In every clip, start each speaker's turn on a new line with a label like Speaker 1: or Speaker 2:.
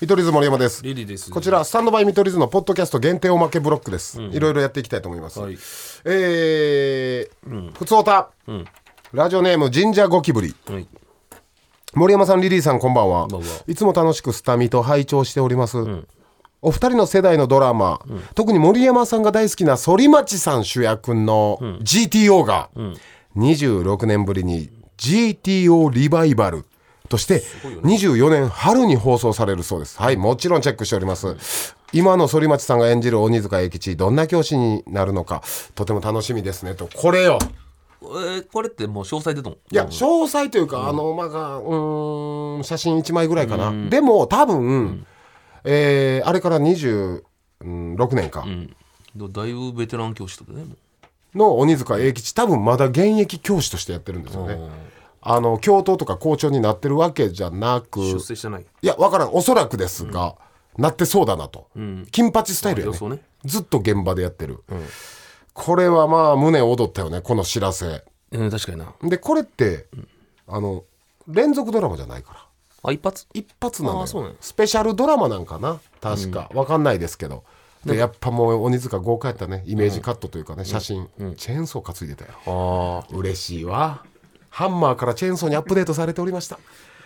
Speaker 1: 見取り図森山です
Speaker 2: リリーです
Speaker 1: こちらスタンドバイ見取り図のポッドキャスト限定おまけブロックです、いろいろやっていきたいと思います、
Speaker 2: はい
Speaker 1: えーふつおた、ラジオネーム神社ゴキブリ
Speaker 2: はい
Speaker 1: 森山さんリリーさんこんばんは
Speaker 2: ばんはい
Speaker 1: つも楽しくスタミと拝聴しております、お二人の世代のドラマ、特に森山さんが大好きな反町さん主役の GTO が、26年ぶりに GTO リバイバルとして24年春に放送されるそうですはいもちろんチェックしております今の反町さんが演じる鬼塚英吉どんな教師になるのかとても楽しみですねとこれよ
Speaker 2: えーこれってもう詳細出たの
Speaker 1: いや、詳細というか、あの、まあが、うーん、写真1枚ぐらいかな。でも、多分、えーあれから26年か、
Speaker 2: うんだいぶベテラン教師とかねもう
Speaker 1: の鬼塚英吉、多分まだ現役教師としてやってるんですよね。あの、教頭とか校長になってるわけじゃなく、
Speaker 2: 出
Speaker 1: い
Speaker 2: 世してない
Speaker 1: や、わからん。おそらくですが、なってそうだなと。金八スタイルや
Speaker 2: 予
Speaker 1: ね
Speaker 2: 想ね
Speaker 1: ずっと現場でやってる。これはまあ、胸躍ったよね、この知らせ。
Speaker 2: うん確かにな
Speaker 1: で、これって、あの、連続ドラマじゃないから。
Speaker 2: あ一発
Speaker 1: 一発なの
Speaker 2: あ
Speaker 1: よ
Speaker 2: ーそうなんや
Speaker 1: スペシャルドラマなんかな確か、わかんないですけどでやっぱもう鬼塚豪華やったねイメージカットというかね、写真、チェーンソー担いでたよ
Speaker 2: あ
Speaker 1: 嬉しいわハンマーからチェーンソーにアップデートされておりました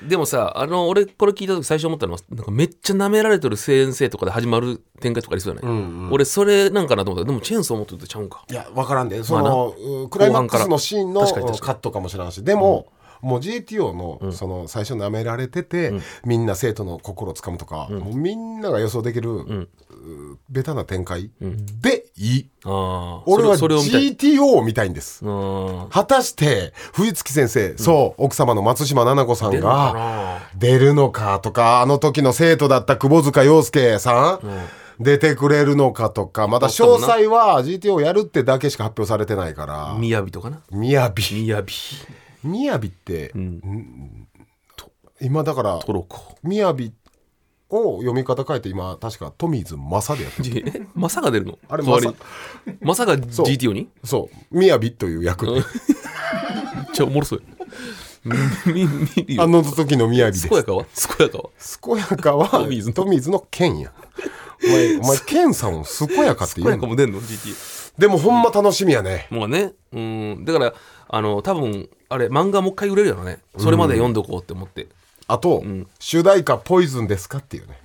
Speaker 2: でもさあの俺これ聞いた時最初思ったのはなんかめっちゃ舐められてる先生とかで始まる展開とかありそうじゃない、俺それなんかなと思ったでもチェーンソー持ってるとちゃうんか
Speaker 1: いやわからんで、その、うクライマックスのシーンの
Speaker 2: 確かに確か
Speaker 1: カ
Speaker 2: に
Speaker 1: ットかもしれんしでも、もう GTO のその最初舐められてて、みんな生徒の心をつかむとか、もうみんなが予想できる、うベタな展開でいい、
Speaker 2: ああ
Speaker 1: 俺は
Speaker 2: それを見たい
Speaker 1: GTO を見たいんです
Speaker 2: あー
Speaker 1: 果たして冬月先生、そう奥様の松島菜々子さん
Speaker 2: 出るの
Speaker 1: が
Speaker 2: かな
Speaker 1: 出るのかとかあの時の生徒だった窪塚洋介さん、出てくれるのかとかまだ詳細は GTO やるってだけしか発表されてないから
Speaker 2: みやびとかな
Speaker 1: みやび
Speaker 2: みやび
Speaker 1: みやびって、ん今だから
Speaker 2: トロコ
Speaker 1: みやびを読み方変えて今確かトミーズマサでやってる
Speaker 2: じえまさが出るの
Speaker 1: あれ
Speaker 2: 代わりに
Speaker 1: マ
Speaker 2: まさが
Speaker 1: そう
Speaker 2: GTO に
Speaker 1: そうみやびという役で
Speaker 2: めっちゃおもろそう やみみ見るよ
Speaker 1: あの時のみやびです
Speaker 2: 健やかは健やかは
Speaker 1: 健やかはト
Speaker 2: ト
Speaker 1: ミ
Speaker 2: ミ
Speaker 1: ー
Speaker 2: ー
Speaker 1: ズ
Speaker 2: ズ
Speaker 1: の
Speaker 2: の
Speaker 1: 健やお 前お前健さんを健やかって
Speaker 2: 健
Speaker 1: 言う
Speaker 2: やか
Speaker 1: の
Speaker 2: も出んの GT
Speaker 1: でもほんま楽しみやね
Speaker 2: もうねうんだからあの多分あれ漫画もう一回売れるやろねそれまで読んどこうって思って、
Speaker 1: あと、主題歌「ポイズンですか?」っていうね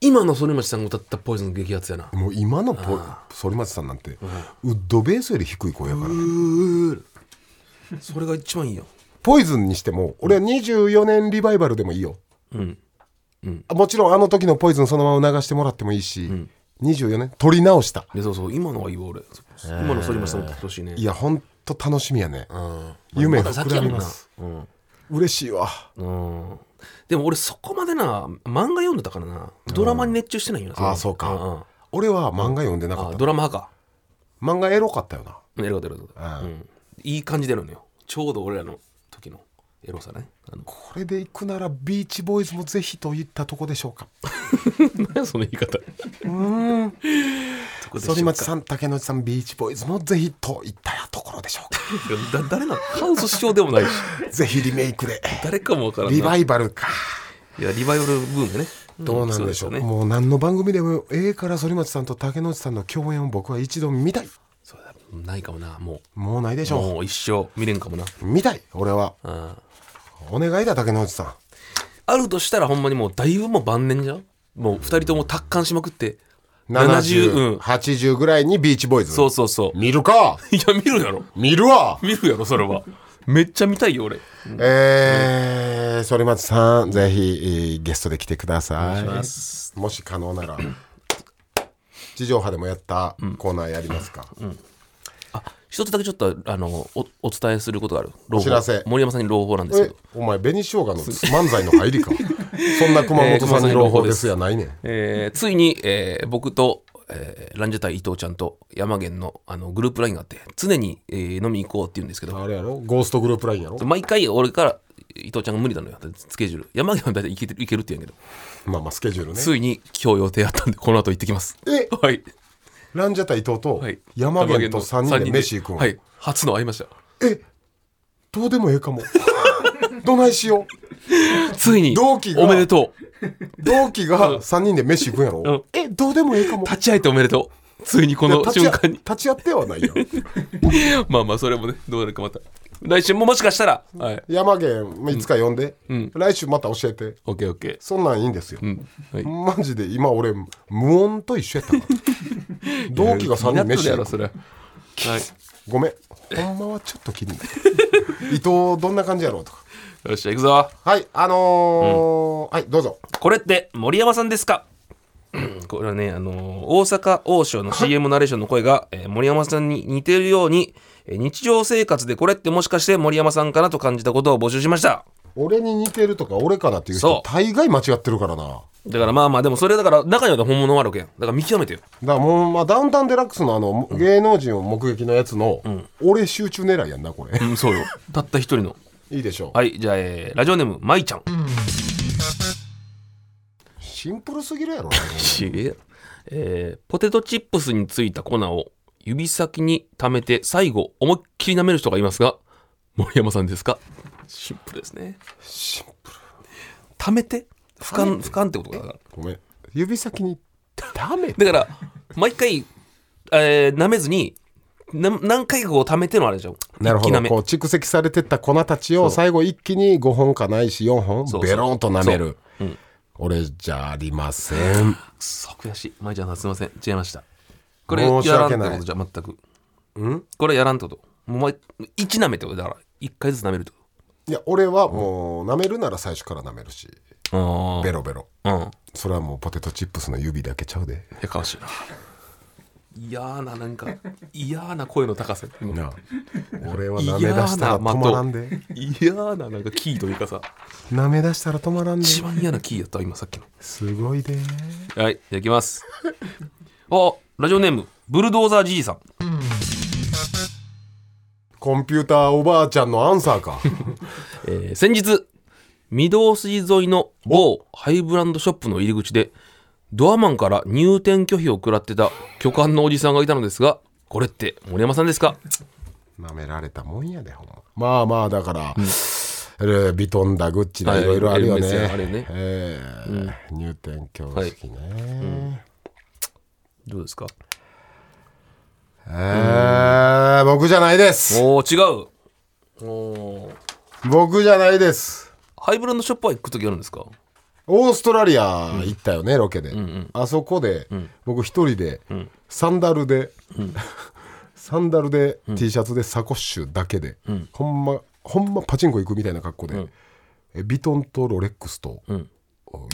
Speaker 2: 今の反町さんが歌ったポイズンの激アツやな
Speaker 1: もう今のポ反町さんなんて、ウッドベースより低い声やから
Speaker 2: それが一番いいよ
Speaker 1: ポイズンにしても俺は24年リバイバルでもいいよ、もちろんあの時のポイズンそのまま流してもらってもいいし、24年取り直した
Speaker 2: いやそうそう今のはいいわ俺今の反町さんも歌ってほしいね
Speaker 1: いやほんと楽しみやね、夢膨らみます、嬉しいわ
Speaker 2: うんでも俺そこまでな漫画読んでたからなドラマに熱中してないよな、
Speaker 1: ああそうか、
Speaker 2: んん
Speaker 1: 俺は漫画読んでなか
Speaker 2: あ
Speaker 1: っ
Speaker 2: あ
Speaker 1: た
Speaker 2: ドラマ派か
Speaker 1: 漫画エロかったよな
Speaker 2: エロだエロだ、うん、いい感じでやるのよちょうど俺らの時のエロさねあの
Speaker 1: これで行くならビーチボーイズもぜひといったとこでしょうか
Speaker 2: 何その言い方
Speaker 1: 反町さん竹野内さんビーチボーイズもぜひといったところでしょう か
Speaker 2: だ誰なのカウス師匠でもないし
Speaker 1: ぜひリメイクで
Speaker 2: 誰かもわからない
Speaker 1: リ
Speaker 2: リバ
Speaker 1: バイバルか
Speaker 2: いやリバイバルブームね
Speaker 1: どうなんでしょう,、
Speaker 2: そね
Speaker 1: もう何の番組でもええから反町さんと竹野内さんの共演を僕は一度見たい
Speaker 2: そうだないかもなも
Speaker 1: もうないでし
Speaker 2: う
Speaker 1: ょ
Speaker 2: もう一生見れんかもな
Speaker 1: う見たい俺は
Speaker 2: うん
Speaker 1: お願いだ竹野内さん
Speaker 2: あるとしたらほんまにもうだいぶもう晩年じゃんもう二人とも達観しまくって70うん
Speaker 1: 7080ぐらいにビーチボーイズ
Speaker 2: そうそうそう
Speaker 1: 見るか
Speaker 2: いや見るやろ
Speaker 1: 見るわ
Speaker 2: 見るやろそれはめっちゃ見たいよ俺
Speaker 1: えー、反町さん、ぜひ、えーゲストで来てください。
Speaker 2: す
Speaker 1: もし可能なら、地上波でもやったコーナーやりますか。
Speaker 2: あ一つだけちょっとあのおお伝えすることがある朗報
Speaker 1: お知らせ
Speaker 2: 森山さんに朗報なんですけ
Speaker 1: え
Speaker 2: ど、
Speaker 1: お前、紅生姜の漫才の入 りか。そんな熊本さんに朗報ですやないねん。
Speaker 2: えーついに、えー僕と、えーランジャタイ伊藤ちゃんと山源のあのグループラインがあって常に、えー飲みに行こうって言うんですけど
Speaker 1: あれやろゴーストグループラインやろ
Speaker 2: 毎回俺から伊藤ちゃんが無理なのよスケジュール山源は大体行けてる行けるって言うんやけど、
Speaker 1: まあまあ、スケジュールね。
Speaker 2: ついに今日予定あったんでこの後行ってきます
Speaker 1: え
Speaker 2: はい、
Speaker 1: ランジャタイ伊藤と
Speaker 2: はい、
Speaker 1: 山源と3人で飯行くん。
Speaker 2: はい初の会いました
Speaker 1: えどうでもええかも。どないしよう。
Speaker 2: ついに
Speaker 1: 同期が
Speaker 2: おめでとう
Speaker 1: 同期が3人で飯行くんやろ、
Speaker 2: うん
Speaker 1: えどうでもええかも
Speaker 2: 立ち会えておめでとうついにこの
Speaker 1: 立ち
Speaker 2: 瞬
Speaker 1: や
Speaker 2: 間に
Speaker 1: 立ち会ってはない よ
Speaker 2: まあまあそれもねどうなるかまた来週ももしかしたらはい
Speaker 1: 山源まあいつか呼んで、
Speaker 2: ん
Speaker 1: 来週また教えて
Speaker 2: オッケーオッケ
Speaker 1: そんなんいいんですよ
Speaker 2: ーう、んはい
Speaker 1: マジで今俺無音と一緒や ったから同期が3人
Speaker 2: 気になっとる
Speaker 1: 飯
Speaker 2: や
Speaker 1: 行
Speaker 2: ろ
Speaker 1: く
Speaker 2: それはい
Speaker 1: ごめんほんまはちょっと気になる伊藤どんな感じやろうとか
Speaker 2: よっしゃ行くぞ
Speaker 1: はいあのーはいどうぞ
Speaker 2: これって森山さんですかうんこれはね、あのー大阪王将の CM ナレーションの声が、えー森山さんに似てるように、えー日常生活でこれってもしかして森山さんかなと感じたことを募集しました
Speaker 1: 俺に似てるとか俺かなっていう
Speaker 2: そ
Speaker 1: 人
Speaker 2: う
Speaker 1: 大概間違ってるからなだか
Speaker 2: だからまあまあでもそれだから中には本物もあるわけやんだから見極めてよ
Speaker 1: らもう、まあ、ダウンタウンデラックスのあの芸能人を目撃のやつの、俺集中狙いやんなこれ
Speaker 2: うんそうよたった一人の
Speaker 1: いいでしょう、
Speaker 2: はいじゃあ、えーラジオネームまいちゃん
Speaker 1: シンプルすぎるやろな
Speaker 2: ちげえやえーポテトチップスについた粉を指先に溜めて最後思いっきり舐める人がいますが森山さんですかシンプルですね
Speaker 1: シンプル
Speaker 2: 溜めて俯瞰俯瞰ってことだから
Speaker 1: ごめん指先にダメ
Speaker 2: だから毎回、えー舐めずにな何回かこう溜めてのあれじゃん
Speaker 1: なるほ
Speaker 2: 一気
Speaker 1: ど
Speaker 2: 舐め
Speaker 1: こう蓄積されてった粉たちを最後一気に5本かないし4本
Speaker 2: そう
Speaker 1: ベロンと舐める、俺じゃありません
Speaker 2: くそ悔しい舞ちゃんさんすいません違いましたこれ
Speaker 1: 申し
Speaker 2: やらんっ
Speaker 1: 訳
Speaker 2: て
Speaker 1: ない
Speaker 2: ことじゃ全くんこれやらんってこともう1舐めってことだから1回ずつ舐めるってこ
Speaker 1: いや俺はもう舐めるなら最初から舐めるし
Speaker 2: と
Speaker 1: ベロベロ
Speaker 2: ああうん
Speaker 1: それはもうポテトチップスの指だけちゃうで
Speaker 2: やかましいな嫌ななんか嫌な声の高さ
Speaker 1: なあ俺は舐め
Speaker 2: 嫌
Speaker 1: 出
Speaker 2: な
Speaker 1: したら止まらん
Speaker 2: 的
Speaker 1: で
Speaker 2: 嫌ななんかキーというかさ
Speaker 1: 舐め出したら止まらんで
Speaker 2: 一番嫌なキーやったわ今さっきの
Speaker 1: すごいで
Speaker 2: はいじゃあいきますあラジオネームブルドーザーじいさん
Speaker 1: コンピューターおばあちゃんのアンサーか
Speaker 2: えー先日御堂筋沿いの某ハイブランドショップの入り口でドアマンから入店拒否を食らってた巨漢のおじさんがいたのですがこれって森山さんですか
Speaker 1: 舐められたもんやでほんままあまあだから、えービトンだグッチだいろいろあるよね,、
Speaker 2: はいエルメスやあるよね
Speaker 1: えー入店教式ね、
Speaker 2: どうですか
Speaker 1: えー僕じゃないです
Speaker 2: おお違うおー
Speaker 1: 僕じゃないです
Speaker 2: ハイブランドショップは行く時あるんですか
Speaker 1: オーストラリア行ったよね、ロケで、あそこで、僕一人で、サンダルで、 サンダルで、T シャツでサコッシュだけで、ほんまほんまパチンコ行くみたいな格好で、えビトンとロレックスと、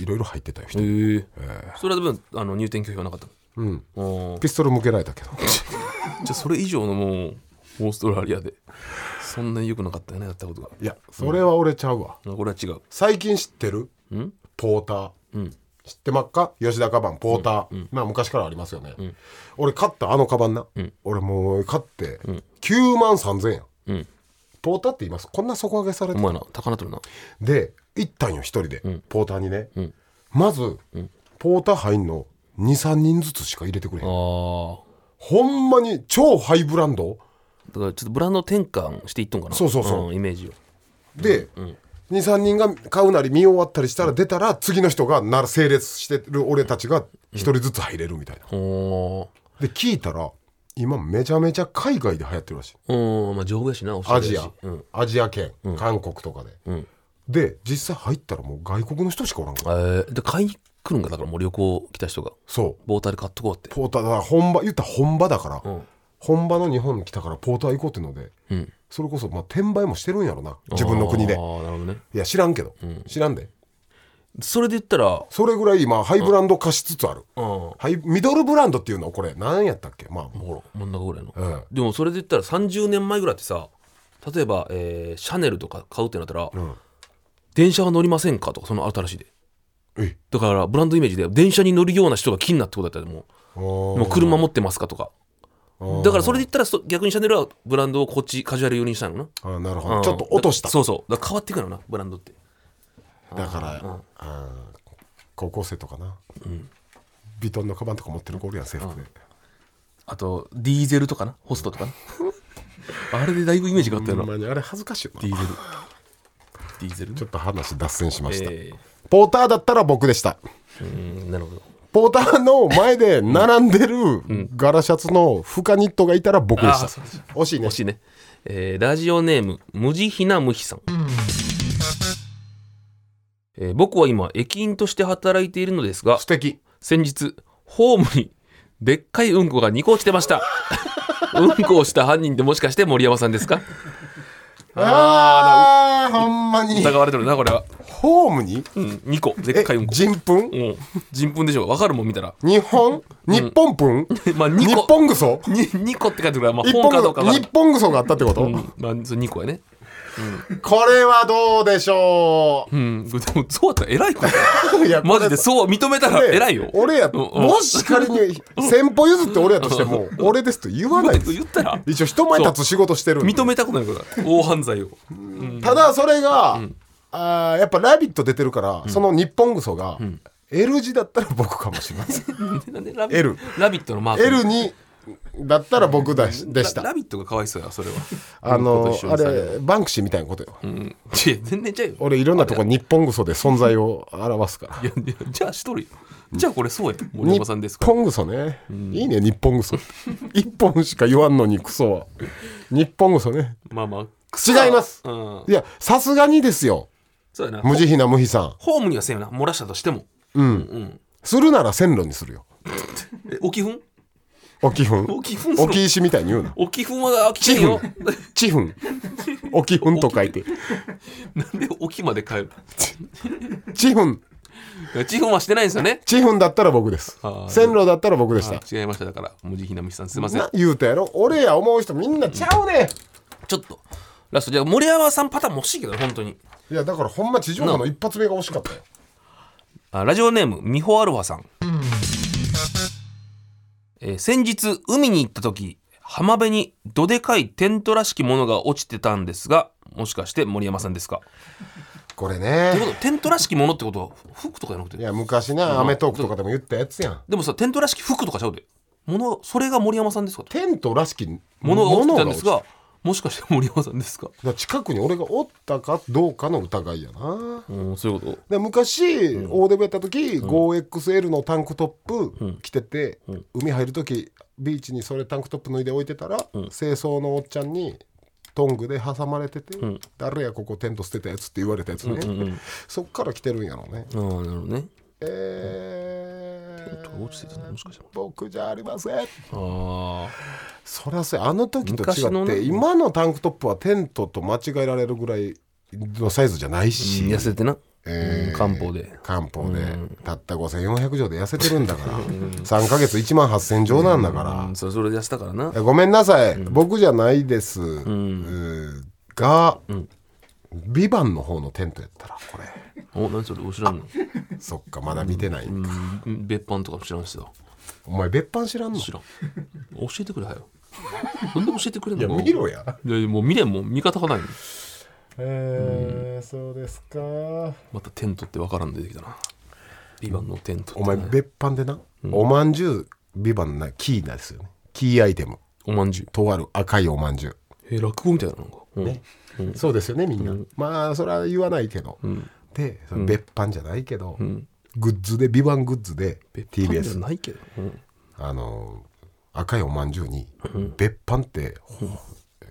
Speaker 1: いろいろ入ってたよ、人
Speaker 2: へえそれはでもあの入店拒否はなかったうんおー
Speaker 1: ピストル向けられたけど
Speaker 2: じゃあそれ以上のもうオーストラリアでそんなに良くなかったよねやったことが
Speaker 1: いやそれは俺ちゃうわ
Speaker 2: あこれは違う
Speaker 1: 最近知ってるポーター、知ってまっか吉田カバンポーター、まあ昔からありますよね、俺買ったあのカバンな、俺もう買って9万3000円、
Speaker 2: うん
Speaker 1: ポーターって言いますこんな底上げされ
Speaker 2: お
Speaker 1: て
Speaker 2: 前な高なってるな
Speaker 1: で行ったんよ一人で、ポーターにね、まず、ポーター入んの23人ずつしか入れてくれへん
Speaker 2: ああ
Speaker 1: ほんまに超ハイブランド
Speaker 2: だからちょっとブランド転換していっとんかな
Speaker 1: そうそうそうん
Speaker 2: イメージを
Speaker 1: で、23人が買うなり見終わったりしたら出たら次の人がな整列してる俺たちが一人ずつ入れるみたいな、
Speaker 2: お
Speaker 1: で聞いたら今めちゃめちゃ海外で流行ってるらしい
Speaker 2: ーうんまあ丈夫やしなおしゃ
Speaker 1: ア
Speaker 2: れや
Speaker 1: ジ
Speaker 2: し
Speaker 1: ア、アジア圏、韓国とかで、で実際入ったらもう外国の人しかおらんから
Speaker 2: えーで買いに来るんかだからもう旅行来た人が
Speaker 1: そう
Speaker 2: ボーターで買っとこうって
Speaker 1: ポーターだから本場言ったら本場だから、
Speaker 2: うん
Speaker 1: 本場の日本に来たからポーター行こうってので、
Speaker 2: うん
Speaker 1: それこそまあ転売もしてるんやろな自分の国で
Speaker 2: ああなるほどね
Speaker 1: いや知らんけど、知らんで
Speaker 2: それで言ったら
Speaker 1: それぐらい今ハイブランド化しつつある、
Speaker 2: うんほ
Speaker 1: はい、ミドルブランドっていうのこれ何やったっけまあ
Speaker 2: ら真ん中ぐらいの、
Speaker 1: うん
Speaker 2: でもそれで言ったら30年前ぐらいってさ例えば、えーシャネルとか買うってなったら、
Speaker 1: ん
Speaker 2: 電車は乗りませんかとかその新しいで
Speaker 1: え
Speaker 2: だからブランドイメージで電車に乗るような人が気になってことだったらもうも
Speaker 1: も
Speaker 2: う車持ってますかとか
Speaker 1: う
Speaker 2: だからそれで言ったらそ逆にシャネルはブランドをこっちカジュアル用にしたのな、
Speaker 1: あーなるほ
Speaker 2: う
Speaker 1: ど
Speaker 2: ん
Speaker 1: ちょっと落とした
Speaker 2: だそうそうだから変わっていくのなブランドって
Speaker 1: だからあー高校生とかなビトンのカバンとか持ってる子おるやん制服で
Speaker 2: あとディーゼルとかなホストとかな あれでだいぶイメージがあっ
Speaker 1: ほ
Speaker 2: たよなん
Speaker 1: まにあれ恥ずかしいよな
Speaker 2: ディーゼルディーゼルね
Speaker 1: ちょっと話脱線しました、
Speaker 2: え
Speaker 1: ポーターだったら僕でした
Speaker 2: ーうんなるほど
Speaker 1: ポーターの前で並んでるガラシャツのフカニットがいたら僕でした
Speaker 2: あーそうで
Speaker 1: 惜しいね
Speaker 2: 惜しいね、えーラジオネーム無慈悲な無比さん、えー僕は今駅員として働いているのですが
Speaker 1: 素敵
Speaker 2: 先日ホームにでっかいうんこが2個落ちて ましたうんこをした犯人ってもしかして森山さんですか
Speaker 1: ああほんまに
Speaker 2: 疑われてるなこれは、
Speaker 1: ホームに
Speaker 2: うん、2個で
Speaker 1: え
Speaker 2: っかいうんこ
Speaker 1: 人
Speaker 2: う
Speaker 1: 糞
Speaker 2: ん人糞でしょわかるもん見たら
Speaker 1: 日本日本糞
Speaker 2: まあ
Speaker 1: 日
Speaker 2: 2個
Speaker 1: 本ぐそ
Speaker 2: に2個って書いてるから、まあ、
Speaker 1: 日
Speaker 2: 本かど
Speaker 1: 本
Speaker 2: うか
Speaker 1: ぐ
Speaker 2: が、う
Speaker 1: 日
Speaker 2: ん
Speaker 1: 本ぐそがあったってこと、
Speaker 2: まあ、そ2個やね
Speaker 1: これはどうでしょ
Speaker 2: うんでもそうやったら偉いことや
Speaker 1: ういや
Speaker 2: マジでそう認めたら
Speaker 1: ね
Speaker 2: 偉いよ。
Speaker 1: 俺や、もし仮に先歩譲って俺やとしても、俺ですと言わないです。
Speaker 2: 言ったら
Speaker 1: 一応人前立つ仕事してるんで
Speaker 2: 認めたくない から大犯罪を。
Speaker 1: ただそれが、あーやっぱ「ラビット!」出てるから、その日本ぐそが、L 字だったら僕かもしれません
Speaker 2: なんでラビ
Speaker 1: L
Speaker 2: ラビットのマーク。
Speaker 1: L にだったら僕だしでし
Speaker 2: ララ
Speaker 1: た
Speaker 2: ビットがかわいそうやそれは。
Speaker 1: あ
Speaker 2: うん
Speaker 1: の
Speaker 2: こと一緒
Speaker 1: あ
Speaker 2: にされる
Speaker 1: れバンクシーみたいなことよ、
Speaker 2: うん。いや全然ちゃうよ。
Speaker 1: 俺いろんなとこ日本ぐそで存在を表すから
Speaker 2: いやいやじゃあしとるよ。じゃあこれそうや森
Speaker 1: 日
Speaker 2: 山さんですか。
Speaker 1: 本ぐそね、いいね 日本ぐそ一本しか言わんのにクソは日本ぐそね
Speaker 2: まあまあ。
Speaker 1: 違います
Speaker 2: うん。
Speaker 1: いやさすがにですよ
Speaker 2: そうやな。
Speaker 1: 無慈悲な無悲さん
Speaker 2: ホームにはせんよな漏らしたとしても。うん。
Speaker 1: するなら線路にするよ
Speaker 2: え置き粉？
Speaker 1: 沖粉
Speaker 2: 置き粉する？
Speaker 1: 沖石みたいに言うな
Speaker 2: 置き粉は置き粉よ。
Speaker 1: チフン。おきふんと書いて。
Speaker 2: なんで置きまで変える
Speaker 1: チフン。
Speaker 2: いや？チフンはしてないんですよね。
Speaker 1: チフンだったら僕です
Speaker 2: あ。ー
Speaker 1: 線路だったら僕でした。
Speaker 2: 違いましただから無慈悲な虫さんすいません
Speaker 1: な言うたやろ俺や思う人みんなちゃうね
Speaker 2: ちょっとラストじゃあ森山さんパターンも欲しいけど本当に
Speaker 1: いやだからほんま地上波の一発目が惜しかったよ
Speaker 2: あラジオネームミホアルファさん、えー先日海に行った時浜辺にどでかいテントらしきものが落ちてたんですがもしかして森山さんですか
Speaker 1: これ
Speaker 2: という
Speaker 1: ね
Speaker 2: ことテントらしきものってことは服とかじゃなく
Speaker 1: い
Speaker 2: て
Speaker 1: や昔なアメトークとかでも言ったやつやん
Speaker 2: でもさテントらしき服とかちゃうでものそれが森山さんですか
Speaker 1: テントらしきも
Speaker 2: ものが落ちてたんです
Speaker 1: が落ち
Speaker 2: がもしかして森山さんですか
Speaker 1: だから近くに俺がおったかどうかの疑いやな
Speaker 2: うんそういうこと
Speaker 1: で昔、大デブやった時、5XL のタンクトップ着てて、海入る時ビーチにそれタンクトップ脱いで置いてたら、清掃のおっちゃんにトングで挟まれてて「誰やここテント捨てたやつ」って言われたやつね、そっから来てるんやろうね
Speaker 2: ああなるほどね
Speaker 1: えー、
Speaker 2: 落ちてたのもしかして
Speaker 1: 僕じゃありません
Speaker 2: ああ
Speaker 1: そりゃそうやあの時と違
Speaker 2: 昔の
Speaker 1: って、
Speaker 2: ね
Speaker 1: 今のタンクトップはテントと間違えられるぐらいのサイズじゃないし、
Speaker 2: 痩せてな、
Speaker 1: えー
Speaker 2: うん漢方で
Speaker 1: 漢方で、たった5400錠で痩せてるんだから、3ヶ 月1万8000錠なんだから
Speaker 2: う、んそれそれで痩せたからな
Speaker 1: えごめんなさい、僕じゃないです、うーが、ビバンの方のテントやったらこれ
Speaker 2: お何それお知らんの
Speaker 1: そっかまだ見てない、
Speaker 2: うん別班とかも知らんしだ
Speaker 1: お前別班知らんの
Speaker 2: 知らん教えてくれはよなんで教えてくれん
Speaker 1: いや
Speaker 2: の
Speaker 1: 見ろや、
Speaker 2: いやいやもう見れんもん見方がないもん
Speaker 1: えーそうですか
Speaker 2: またテントってわからんの出てきたなビバンのテントって
Speaker 1: お前
Speaker 2: ね
Speaker 1: 別班でな、おまんじゅうビバンなキーなんですよねキーアイテム
Speaker 2: おまんじゅう
Speaker 1: とある赤いおまんじゅう
Speaker 2: え落語みたいなのか、うん
Speaker 1: そうですよねみんな、まあそれは言わないけど、でその別版じゃないけど、グッズでビバングッズで
Speaker 2: 別班じゃ
Speaker 1: TBS
Speaker 2: ないけど、うん
Speaker 1: あの赤いおまんじゅうに別版って、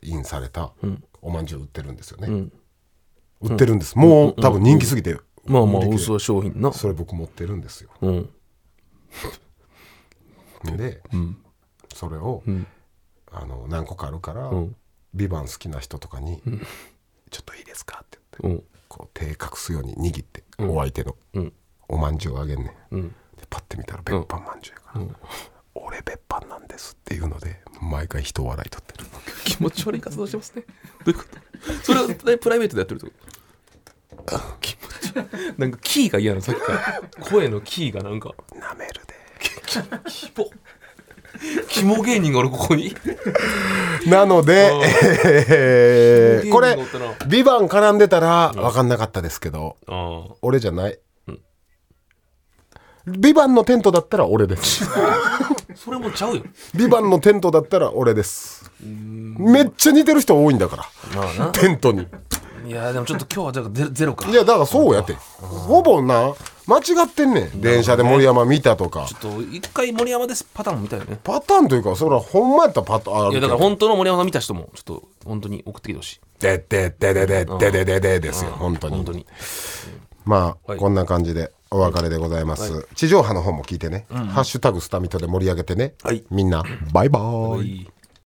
Speaker 1: 印されたおまんじゅう売ってるんですよね、売ってるんですもう、多分人気すぎて、
Speaker 2: まあまあ
Speaker 1: 売り切れ
Speaker 2: 嘘は商品な
Speaker 1: それ僕持ってるんですよ
Speaker 2: うん
Speaker 1: で、それを、あの何個かあるから、ビバン好きな人とかに「ちょっといいですか?」って言って。
Speaker 2: うん
Speaker 1: こう手隠すように握って、お相手の、おまんじゅうをあげんねん、でパッて見たら別班まんじゅうやから、俺別班なんですっていうので毎回人笑いとってる
Speaker 2: 気持ち悪い活動してますね。 どういうことそれは、ね、プライベートでやってるっ てこと気持ち悪い。なんかキーが嫌なの、さっきから。声のキーがなんか、
Speaker 1: なめる
Speaker 2: キモ。キモ芸人がおる、ここに。
Speaker 1: でなので、えー
Speaker 2: う ん
Speaker 1: これ
Speaker 2: 芸人乗っ
Speaker 1: 「
Speaker 2: た
Speaker 1: ビバン絡んでたら分かんなかったですけど、
Speaker 2: ああ。
Speaker 1: 俺じゃない、ビバンのテントだったら俺です。
Speaker 2: それもちゃうよ。
Speaker 1: ビバンのテントだったら俺です。めっちゃ似てる人多いんだから。テントに。
Speaker 2: いやでもちょっと今日はだからゼゼロか
Speaker 1: いやだからそうやってほぼな間違ってんねん電車で森山見たとか
Speaker 2: ちょっと一回森山ですパターン見たいよね
Speaker 1: パターンというかそれはほんまやったらパターンあ
Speaker 2: いや
Speaker 1: るけ
Speaker 2: だから
Speaker 1: ど
Speaker 2: 本当の森山さん見た人もちょっと本当に送ってきてほしい
Speaker 1: でででででででででですよ本当
Speaker 2: 本
Speaker 1: に
Speaker 2: 当に
Speaker 1: まあ、
Speaker 2: はい
Speaker 1: こんな感じでお別れでございます、地上波の方も聞いてね「ハッシュタグスタミト」で盛り上げてね、
Speaker 2: はい
Speaker 1: みんなバイバーイ
Speaker 2: いい